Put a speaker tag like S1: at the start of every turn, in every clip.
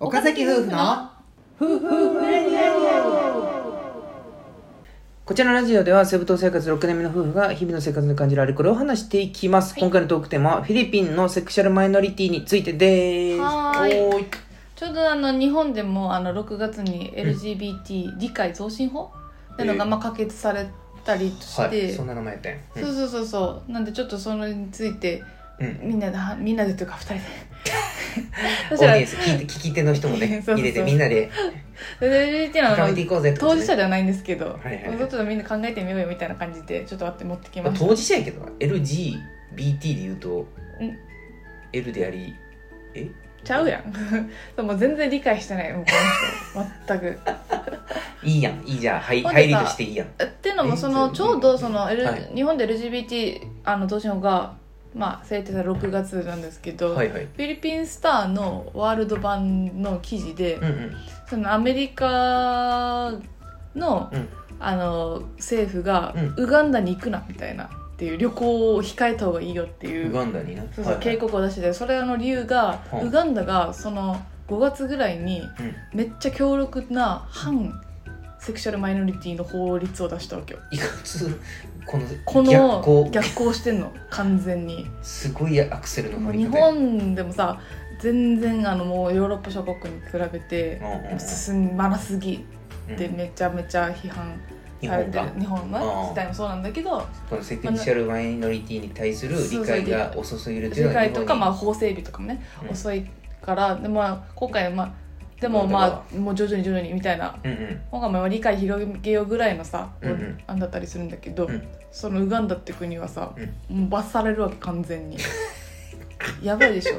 S1: 岡崎夫婦のこちらのラジオではセブ島生活6年目の夫婦が日々の生活に感じるあれこれを話していきます、今回のトークテーマはフィリピンのセクシャルマイノリティについてです
S2: はーい
S1: おーい
S2: ちょうどあの日本でもあの6月に LGBT 理解増進法っていうのが
S1: ええ
S2: まあ可決されたりし
S1: はい
S2: て、
S1: そんな名前やったんや
S2: そうそうそうそうなんでちょっとそれについて
S1: うん、うん
S2: みんなではみんなでというか2人で
S1: オー
S2: そし
S1: デ
S2: たら
S1: ィエンス聞いて聞き手の人もね
S2: そうそうそう
S1: 入れてみんな で
S2: LGBT のあ
S1: 深めてい
S2: の
S1: こうぜってこ
S2: 当
S1: と
S2: 事
S1: ね
S2: 者ではないんですけど、
S1: はいはいはい
S2: ちょっとみんな考えてみようよみたいな感じでちょっと待って持ってき
S1: まあ
S2: ました
S1: 当事者やけどな LGBT で言うと L でありえ
S2: ちゃうやん そうもう全然理解してないもうこの人全く
S1: いいやんいいじゃんはい
S2: ほん
S1: 入
S2: で
S1: り
S2: さ
S1: としていいやん
S2: っていうのもそ
S1: え
S2: の
S1: ー
S2: ちょうどその、L
S1: はい
S2: 日本で LGBT あの増進法が、まあ、制定された6月なんですけど、
S1: はいはい
S2: フィリピンスターのワールド版の記事で、
S1: うんうん
S2: そのアメリカの,、
S1: うん
S2: あの政府が、
S1: う
S2: ウガンダに行くなみたいなっていう旅行を控えた方がいいよってい
S1: ウ
S2: う
S1: ガンダにな
S2: そうそう
S1: はいはい
S2: 警告を出しててそれの理由が、
S1: はい
S2: ウガンダがその5月ぐらいに
S1: うん
S2: めっちゃ強力な反セクシャルマイノリティの法律を出したわけよ。
S1: いかつこの
S2: この
S1: 逆光
S2: 逆行してんの完全に
S1: すごいアクセルの
S2: もう
S1: 踏
S2: 日
S1: み方や
S2: 本でもさ全然あのもうヨーロッパ諸国に比べて
S1: うんうんうん
S2: 進まなすぎって
S1: うん
S2: めちゃめちゃ批判
S1: 日
S2: され
S1: 本
S2: てる
S1: が
S2: 日本
S1: あー
S2: は自体もそうなんだけど
S1: このセクシャルマイノリティに対する理解が遅すぎるとい
S2: 理
S1: うのは
S2: 解とかまあ
S1: あ
S2: 法整備とかもね
S1: うん
S2: 遅いからでまあ今回まあでもまあもう徐々に徐々にみたいな
S1: うんうん
S2: 今回も理解広げようぐらいのさ
S1: うんうん
S2: 案だったりするんだけど、
S1: うん
S2: そのウガンダって国はさ、
S1: う
S2: もう罰されるわけ完全に やばいでしょ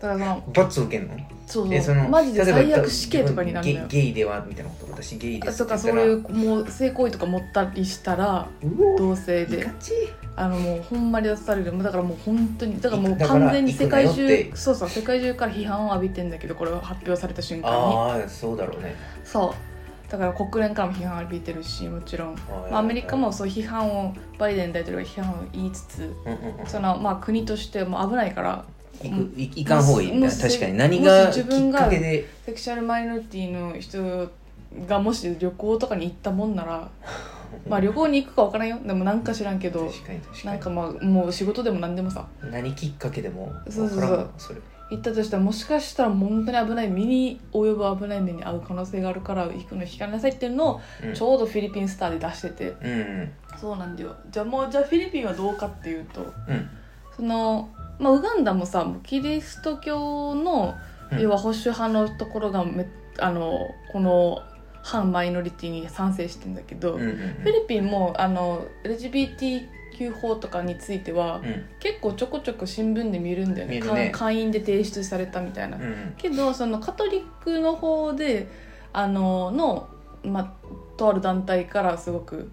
S2: だからその
S1: 罰を受けんの
S2: そう
S1: え
S2: そ
S1: そうの
S2: マジで
S1: 例えば
S2: 最悪死刑とかになるのよ
S1: ゲイゲイではみたいなこと私ゲイです
S2: と
S1: って言
S2: か
S1: っ
S2: そ
S1: た
S2: ういうもう性行為とか持ったりしたら
S1: うお
S2: 同性
S1: い
S2: で
S1: かち
S2: あのもうほんまに出されるもうだからもう本当にだからもう
S1: だから
S2: 完全に世界
S1: 行くなよっ
S2: 中
S1: て
S2: そうそう世界中から批判を浴びてんだけどこれが発表された瞬間に
S1: ああそうだろうね
S2: そうだから国連からも批判を浴びてるしもちろ
S1: あ
S2: ん、
S1: ー
S2: まあ、アメリカもそう批判をバイデン大統領が批判を言いつつ
S1: うんうんうん
S2: そのまあ国としても危ないから
S1: 行くいいかん方がいいみたい
S2: も
S1: な
S2: し
S1: 確かに何が
S2: もし
S1: き
S2: 自分
S1: っ
S2: が
S1: かけで
S2: セクシャルマイノリティの人がもし旅行とかに行ったもんな らまあ旅行に行くか分からんよでもなんか知らんけど
S1: 確かに確か
S2: なん
S1: に
S2: かまあもう仕事でも何でもさ
S1: 何きっかけでも
S2: そうそうそう
S1: わからんもんそれ
S2: 行ったとしたらもしかしたらもう本当に危ない身に及ぶ危ない目に遭う可能性があるから行くの控えなさいっていうのを
S1: うん
S2: ちょうどフィリピンスターで出してて
S1: うんうん
S2: そうなんだよじゃあもうじゃあフィリピンはどうかっていうと
S1: うん
S2: その、まあ、ウガンダもさもうキリスト教の
S1: うん
S2: 要は保守派のところがめあのこの反マイノリティに賛成してんだけど、
S1: うんうん
S2: フィリピンもあの LGBTQ 法とかについては
S1: うん
S2: 結構ちょこちょこ新聞で見るんだよね
S1: 見るね
S2: 会会員で提出されたみたいな、
S1: うんうん
S2: けどそのカトリックの方であのの、まあ、とある団体からすごく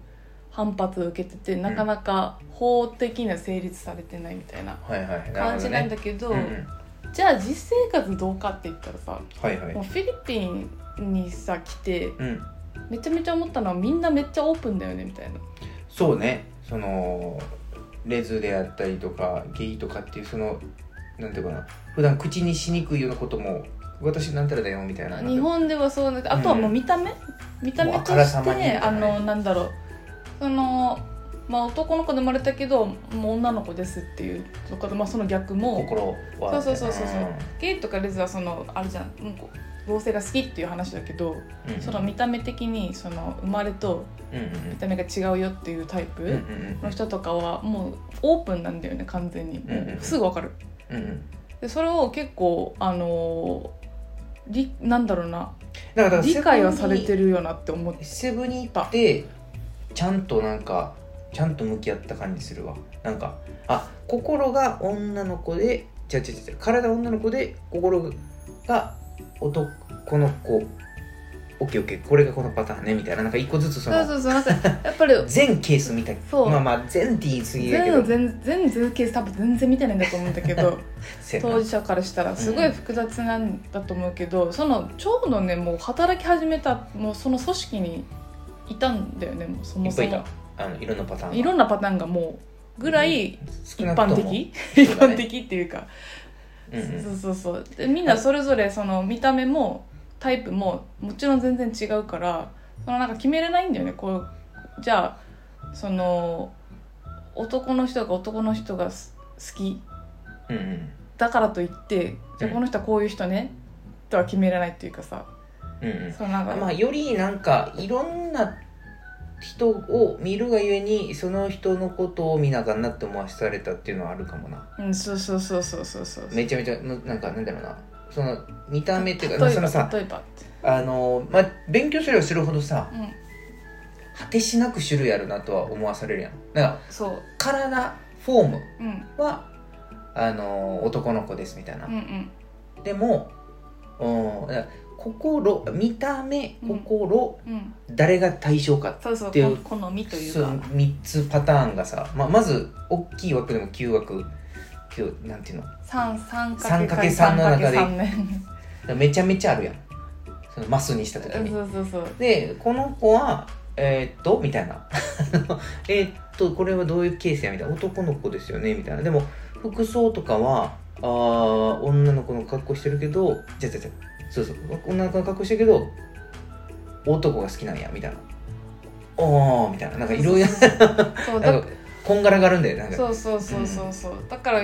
S2: 反発を受けててなかなか法的には成立されてないみたいな
S1: はいはいなる
S2: 感
S1: ほど
S2: じ
S1: ね
S2: なんだけど
S1: うんうん
S2: じゃあ実生活どうかって言ったらさ
S1: はいは
S2: もう
S1: い
S2: フィリピンにさ来て
S1: うん
S2: めちゃめちゃ思ったのはみんなめっちゃオープンだよねみたいな。
S1: そうねそのレズであったりとかゲイとかっていうそのなんていうかな普段口にしにくいようなことも私なんたらだよみたいな
S2: 日本ではそうなんだけどあとはもう見た目、見た目
S1: も
S2: と
S1: うあから
S2: し
S1: さ
S2: て、
S1: まにみたいな
S2: あのなんだろうそのまあ男の子で生まれたけどもう女の子ですっていうとか、まあ、その逆も
S1: 心は
S2: そうそうそうそうそうゲイとかレズはそのあれじゃんうんこう同性が好きっていう話だけど、
S1: うんうん
S2: その見た目的にその生まれと
S1: うんうん
S2: 見た目が違うよっていうタイプ、
S1: うんうんうん
S2: の人とかはもうオープンなんだよね完全に、
S1: うんうん
S2: すぐわかる
S1: うんうん
S2: でそれを結構あのーりなんだろうな
S1: だから
S2: 理解はされて
S1: る
S2: るよなって思って
S1: セブに行ってちゃんとなんかちゃんと向き合った感じするわなんかあ心が女の子で違う違う違う体女の子で心が男の子オッケーオッケーこれがこのパターンねみたいななんか一個ずつそ
S2: そう
S1: の
S2: そうそうなんかやっぱり
S1: 全ケースみ たい
S2: そう
S1: まあまあ全ティーすぎだけ
S2: 全
S1: ど
S2: の全全全ケース多分全然見てないんだと思うんだ けど
S1: せやな
S2: 当事者からしたらすごい複雑なんだと思うけど、そのちょうどねもう働き始めたもうその組織にいたんだよねもうそ
S1: い
S2: も
S1: っぱ
S2: そ
S1: いい
S2: も
S1: たあのいろんなパターンが
S2: いろんなパターンがもうぐらい
S1: 少
S2: 一
S1: なくと
S2: 般
S1: も
S2: 的、
S1: そう
S2: 一
S1: だね
S2: 般的っていうか
S1: うんうん
S2: そうそうそうでみんなそれぞれその見た目もタイプももちろん全然違うからそのなんか決めれないんだよねこうじゃあその男の人が男の人がす好き
S1: うんうん
S2: だからといってじゃあこの人はこういう人ねとは決めれないっていうかさ
S1: うんうん
S2: そのなんか、
S1: まあ、よりなんかいろんな人を見るがゆえにその人のことを見なあかんなって思わされたっていうのはあるかもな
S2: うんそうそうそうそうそうそう
S1: めちゃめちゃななんかなんだろうなその見た目っていう
S2: 例え
S1: か
S2: ば
S1: そのさ
S2: 例えばって
S1: あの、まあ、勉強すればするほどさ
S2: うん
S1: 果てしなく種類あるなとは思わされるやんなんか
S2: そう
S1: 体フォーム
S2: うん
S1: はあの男の子ですみたいな、
S2: うんうん
S1: でもうんだから心見た目心、
S2: うん
S1: 誰が対象か
S2: そうそう
S1: っていう
S2: こ好みという
S1: そう
S2: か
S1: 3つパターンがさ、まあ、まず大きい枠でも9枠9なんていうのだか
S2: 三三
S1: 三
S2: か
S1: か
S2: け
S1: け
S2: 三
S1: 三の中で
S2: 三ね
S1: らめちゃめちゃあるやんそのマスにした時
S2: そう
S1: に
S2: そうそう
S1: でこの子はえーっとみたいな えーっとこれはどういうケースやみたいな男の子ですよねみたいなでも服装とかはあー女の子の格好してるけどじゃじゃじゃそうそう女の子の格好してるけど男が好きなんやみたいなおーみたいななんかいろいろ
S2: そ う
S1: な
S2: だ
S1: んかこんがらがるんだよなんか
S2: そうそうそうそうそうだから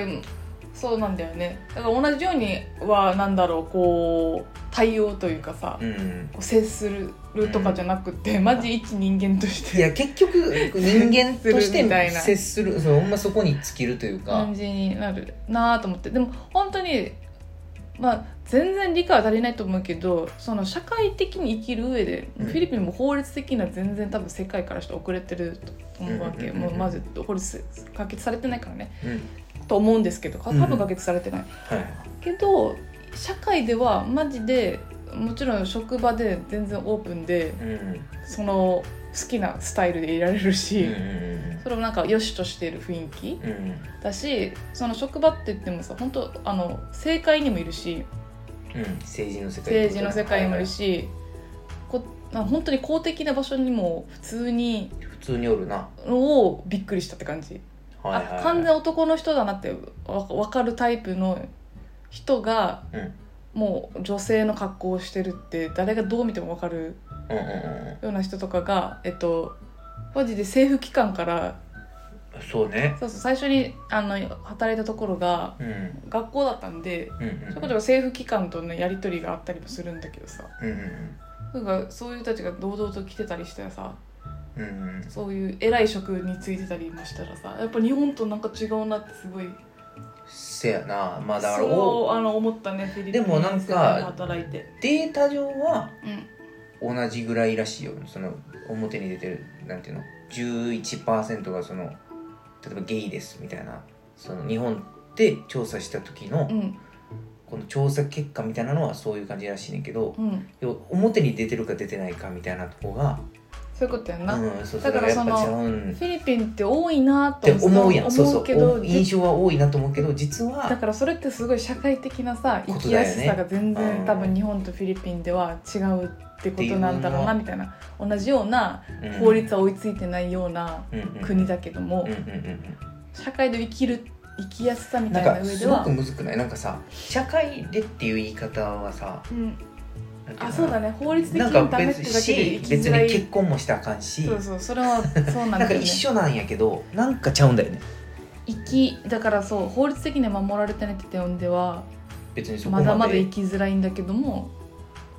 S2: そうなんだよねだから同じようにはなんだろうこう対応というかさ
S1: うん
S2: こう接するとかじゃなくて、マジ一人間とし
S1: いや
S2: て
S1: 結局人間とし
S2: 接するみたい
S1: て
S2: な
S1: 接するそのほんまそこに尽きるというか
S2: 感じになるなぁと思ってでも本当にまあ全然理解は足りないと思うけどその社会的に生きる上で、
S1: うん
S2: フィリピンも法律的には全然多分世界からして遅れてると思うわけ、
S1: うんうんうんうん
S2: もうマジ法律可決されてないからね
S1: うん
S2: と思うんですけど多分可決されてない、
S1: はい
S2: けど社会ではマジでもちろん職場で全然オープンで
S1: うんうん
S2: その好きなスタイルでいられるし、
S1: うん
S2: それをなんか良しとしている雰囲気
S1: うんうん
S2: だしその職場って言ってもさ本当あの政界にもいるし
S1: うん政治の世界
S2: 政治の世界にもいるし、こなんか本当に公的な場所にも普通に
S1: 普通におるな
S2: のをびっくりしたって感じ、
S1: はいはいはい
S2: あ完全男の人だなってわ分かるタイプの人がもう女性の格好をしてるって誰がどう見ても分かる
S1: うんうんうんう
S2: ような人とかが、えっと、マジで政府機関から
S1: んそうね
S2: そうそう最初にあの働いたところが
S1: うん
S2: 学校だったんで
S1: うんうん
S2: そういうことが政府機関とのやり取りがあったりもするんだけどさ
S1: うんうん
S2: なんかそういう人たちが堂々と来てたりしてさ
S1: うんうん
S2: そういう偉い職に就いてたりもしたらさやっぱ日本となんか違うなってすごい
S1: せやなまあだから
S2: そう
S1: お
S2: あの思ったねフィリピ
S1: で
S2: ン
S1: もなんか
S2: 働いて、
S1: データ上は
S2: うん、
S1: 同じぐらいらしいよその表に出てるなんていうの11%がその例えばゲイですみたいなその日本で調査した時の
S2: うん
S1: この調査結果みたいなのはそういう感じらしいねんけど
S2: うん
S1: 要は表に出てるか出てないかみたいなとこが
S2: そういうことやんな、
S1: うんそう
S2: だ
S1: だ
S2: か
S1: かららやっぱ
S2: そ
S1: 違
S2: の
S1: うんっ
S2: フィリピンって多いなと
S1: て思うやんそう
S2: 思
S1: そう
S2: うけど
S1: お印象は多いなと思うけど実
S2: だ
S1: は
S2: からそれってすごい社会的なさ生
S1: こと
S2: き
S1: だ
S2: や
S1: よね
S2: すさが全然、
S1: うん
S2: 多分日本とフィリピンでは違うってことなんだろうな
S1: っ
S2: みたいな同じような
S1: うん
S2: 法律は追いついてないような
S1: うんうん
S2: 国だけども、
S1: うんうんうん
S2: 社会で生きる生きやすさ
S1: う
S2: み
S1: ん
S2: た
S1: ないん
S2: な
S1: か
S2: 上です
S1: ご
S2: は
S1: く。むずくないなんかさ社会でっていう言い方はさ
S2: うん、
S1: なんてい
S2: あ
S1: の
S2: そうだね法律的
S1: なん
S2: に
S1: か
S2: ダメっ
S1: 別
S2: て
S1: にし
S2: だけで生き
S1: 別
S2: づら
S1: に
S2: い
S1: 結婚もしたらあかんし
S2: そうそうそれはそうなん
S1: なん
S2: だ
S1: か
S2: よね
S1: 一緒なんやけどなんかちゃうんだよね
S2: 生きだからそう法律的には守られてないって点では
S1: 別にそこ
S2: ま
S1: まで
S2: だまだ生きづらいんだけども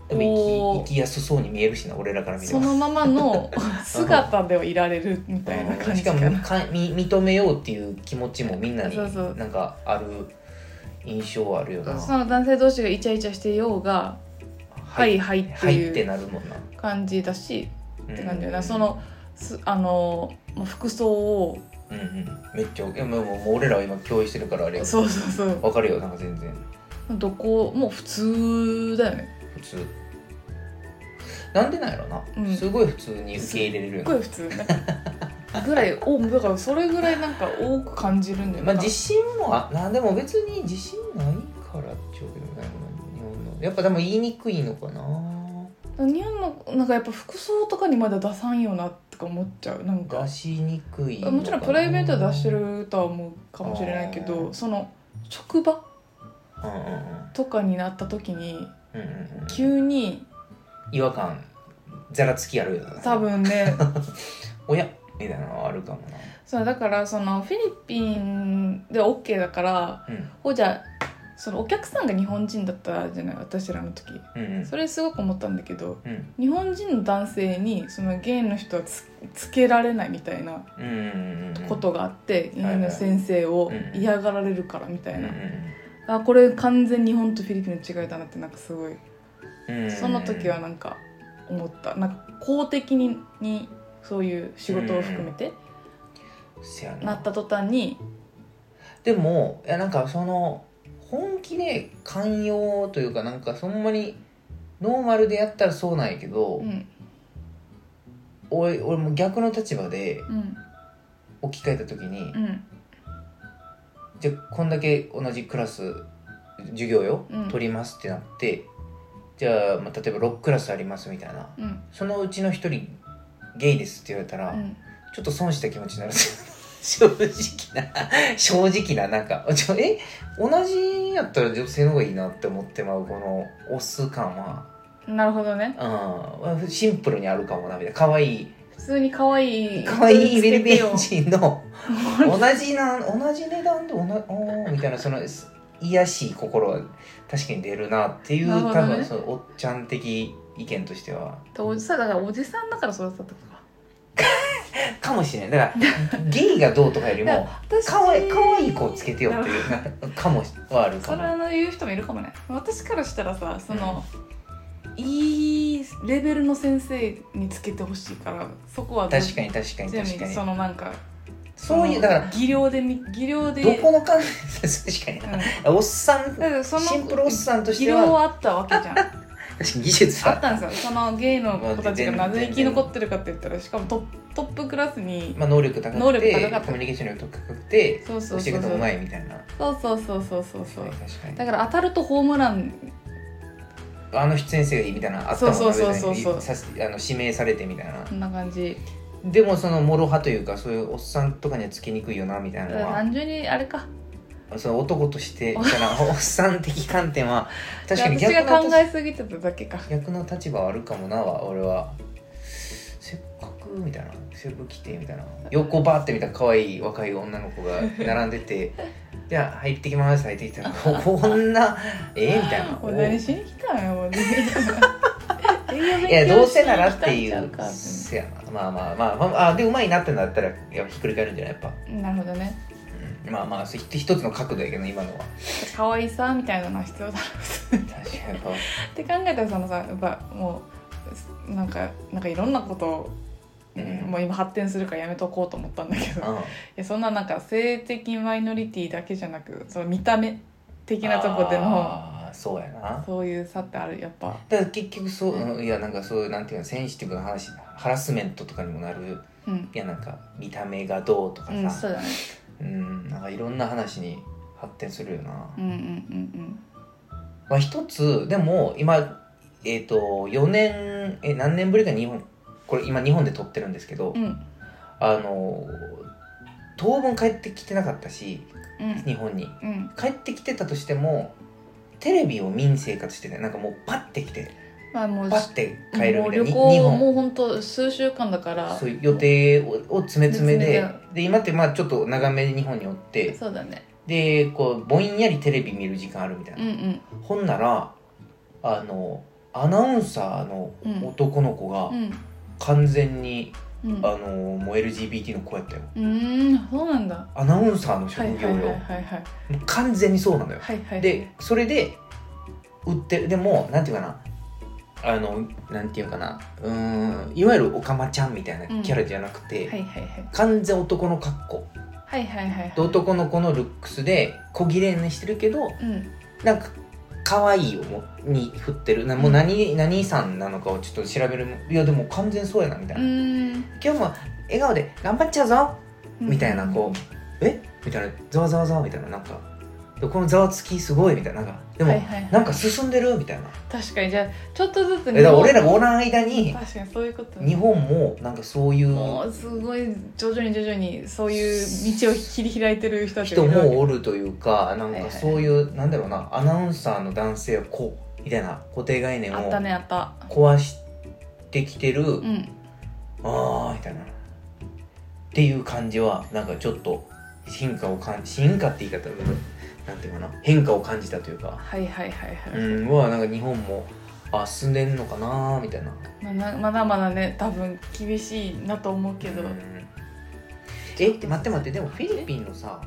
S1: でも
S2: おー
S1: 生き生きやすそうに見えるしな俺らから見れ
S2: そ
S1: ば
S2: のまま の姿ではいられるみたいな
S1: う
S2: 感
S1: んし
S2: じか
S1: か
S2: な
S1: もかみ認めようっていう気持ちもみんなに
S2: そうそう
S1: なんかある印象はあるよな
S2: その男性同士がイチャイチャしてようが「はいはい」って
S1: はいっ
S2: い
S1: て
S2: う
S1: なるもんな、
S2: 感じだしって感じだよ
S1: う
S2: なんそのすあのまあ服装を
S1: うんうんめっちゃいやもうもう俺らは今共有してるからあれや
S2: そうそうそう
S1: わかるよなんか全然
S2: どこも普通だよね
S1: 普通なんでなんやろな、
S2: うん
S1: すごい普通に受け入れれるよ
S2: す
S1: な
S2: ごい普通なんかぐらいおだからそれぐらいなんか多く感じるんだよ
S1: まあ
S2: なんか
S1: 自信もあなでも別に自信ないからってわけでもないもんな日本のやっぱでも言いにくいのかな
S2: 日本のなんかやっぱ服装とかにまだ出さんよなとか思っちゃうなんか
S1: 出しにくいのかな
S2: もちろんプライベートは出してるとは思うかもしれないけ
S1: あー
S2: どその職場
S1: うんうんうん
S2: とかになった時に
S1: うんうんうん
S2: 急に
S1: 違和感ざらつきあるよな
S2: 多分 ね
S1: おやみたいなのはあるかもな
S2: そうだからそのフィリピンで OK だから
S1: うん
S2: ほじゃそのお客さんが日本人だったじゃない私らの時
S1: うんうん
S2: それすごく思ったんだけど
S1: うん
S2: 日本人の男性にそのゲイの人はつつけられないみたいな
S1: うんうんうん
S2: ことがあっ
S1: んは
S2: て、
S1: い
S2: ゲイ
S1: はい
S2: の先生を
S1: うん
S2: 嫌がられるからみた
S1: う
S2: い
S1: ん
S2: な、
S1: う
S2: あこれ完全に日本とフィリピンの違いだなってなんかすごい
S1: んうん
S2: その時は
S1: うん
S2: なんか思ったなんか公的ににそういう仕事を含めて
S1: せやな
S2: なった途端に
S1: でもいやなんかその本気で寛容というかなんかそんなにノーマルでやったらそうなんやけど、
S2: うん
S1: 俺俺も逆の立場で
S2: うん
S1: 置き換えた時に、
S2: うん
S1: じゃあこんだけ同じクラス授業よ、
S2: うん
S1: 取りますってなってじゃあ、まあ、例えば6クラスありますみたいな
S2: うん
S1: そのうちの1人ゲイですって言われたら、
S2: うん
S1: ちょっと損した気持ちになる 正直な正直ななんかちょえ同じやったら女性の方がいいなって思ってまうこのオス感は
S2: なるほどね
S1: うんシンプルにあるかもなみたいな可愛い
S2: 普通に可愛い
S1: 可愛いベ
S2: ベ
S1: リベン人の同じな同じ値段で同じおーみたいなそのす癒やしい心は確かに出るなっていう、
S2: なるほ
S1: 多
S2: どね
S1: 分そのおっちゃん的意見としては
S2: おじさんだからおじさんだから育ったとか
S1: かもしれないだからゲイがどうとかより
S2: い
S1: も
S2: や私
S1: かわいかわいい子をつけてよっていうかもしはあるか
S2: それ
S1: も
S2: の言う人もいるかもね私からしたらさその、いいレベルの先生につけてほしいからそこは
S1: 確かに確かに
S2: 全
S1: 確
S2: 部
S1: かに
S2: そのなんか
S1: そういうだから
S2: 技量でみ技量で
S1: どこの感じ確
S2: う
S1: か
S2: ん、
S1: に
S2: だ
S1: おっさん
S2: からそ
S1: シンプル
S2: の
S1: おっさんとし
S2: 技
S1: て
S2: 量
S1: は
S2: はあったわけじゃん
S1: 確かに技術
S2: あっ
S1: は
S2: たんですよその芸の子たちがなぜ生き残ってるかって言ったらしかもトットップクラスに
S1: まあ能力高
S2: 能
S1: く
S2: 力
S1: て
S2: 高かった
S1: コミュニケーション力高くて
S2: そう
S1: 教
S2: そうそ
S1: え
S2: う
S1: 方
S2: そう
S1: うまいみたいな
S2: そうそうそうそうそうそう
S1: 確かに
S2: だから当たるとホームラン
S1: あの出演生がいいみたいなのあったもんな
S2: そうそうそうそうそう
S1: 別にさあの指名されてみたいな
S2: こんな感じ
S1: でもそのもろ派というかそういうおっさんとかにはつけにくいよなみたいなのは
S2: 単純にあれか
S1: その男としてそのおっさん的観点は確かに
S2: 私
S1: 逆
S2: が考
S1: の
S2: えすぎてただけか
S1: 逆の立場はあるかもなは俺はせっかくみたいなせっかく来てみたいな横バーって見た可愛い若い女の子が並んで てじゃあ入ってきます入ってきたらここんなええみたい な
S2: もう何しに来たんよもうね
S1: いやどうせならって い
S2: 勉強しに
S1: う
S2: 来たんちゃかって
S1: せやなまあまあまあまああでうまいなってなったらいやひっくり返るんじゃないやっぱ、
S2: なるほどね
S1: うんまあまあひ一つの角度やけど今のは
S2: 可愛さみたいなのは必要だろう
S1: 確かにやっ ぱ
S2: って考えたらそのさやっぱもうなんかなんかいろんなことを、
S1: うん
S2: もう今発展するからやめとこうと思ったんだけ どい
S1: うん
S2: やそんななんか性的マイノリティだけじゃなくその見た目的なとこでの
S1: あーそうやな
S2: そういう差ってあるやっぱ
S1: だから結局そう、うんいやなんかそういうなんていうのセンシティブな話ハラスメントとかにもなる
S2: うん、
S1: いやなんか見た目がどうとか
S2: うん、
S1: さ
S2: そうだね
S1: うん、なんかいろんな話に発展するよな、
S2: うんうんうん
S1: まあ一つでも今えっ、と4年え何年ぶりか日本これ今日本で撮ってるんですけど、
S2: うんうん
S1: あの当分帰ってきてなかったし
S2: うん
S1: 日本に
S2: うん
S1: 帰ってきてたとしてもテレビを見ん生活しててなんかもうパッて来て
S2: まあもう
S1: パッて帰る
S2: もう
S1: みたい
S2: 旅
S1: な日
S2: 行
S1: 本
S2: もうほんと数週間だから
S1: そういう予定をを詰め詰めで
S2: 詰め
S1: で今ってまあちょっと長めに日本におって
S2: そうだね
S1: でこうぼんやりテレビ見る時間あるみたいな
S2: う、んうん
S1: ほんならあのアナウンサーの
S2: うん
S1: 男の子が
S2: うん
S1: 完全に、
S2: うん
S1: あのもう LGBT の子やったよ
S2: うーんそうなんだ
S1: アナウンサーの
S2: はい
S1: 職
S2: はい
S1: 業
S2: はい
S1: よ、
S2: はいはい
S1: もう完全にそうなのよ
S2: はいはい
S1: でそれで売ってるでもなんていうかなあのなんていうかなうーんいわゆるオカマちゃんみたいなキャラじゃなくて、
S2: はいはいはい
S1: 完全男の格好
S2: はいはいはい
S1: で男の子のルックスで小綺麗にしてるけど
S2: うん
S1: なんか可愛いをもに振ってるなもう何,、何さんなのかをちょっと調べるいやでも完全そうやなみたいうな、
S2: ーん
S1: 今日も笑顔で頑張っちゃうぞみたいなこう、えみたいなざわざわざわみたいななんかでこのざわつきすごいみたいななんかでも、
S2: はいはいはい
S1: なんか進んでるみたいな
S2: 確かにじゃあちょっとずつ
S1: えだから俺らがおらん間に
S2: 確かにそういうこと
S1: 日本もなんかそういう
S2: もうすごい徐々に徐々にそういう道を切り開いてる人たちが
S1: 人
S2: いるわけ
S1: もおるというかなん
S2: はいは
S1: か
S2: い
S1: そういう、なんだろうなアナウンサーの男性はこうみたいな固定概念
S2: あっ
S1: を
S2: たねあった
S1: 壊してきてる、
S2: うん
S1: ああみたいなっていう感じはなんかちょっと進化を感じ進化って言い方だけどなんていうかな変化を感じたというか、
S2: はいはいはいは
S1: う
S2: い、
S1: ん、はなんか日本もあ進んでんのかなーみたいな
S2: まだまだまだね多分厳しいなと思うけど、
S1: うんえ待って待ってでもフィリピンのさ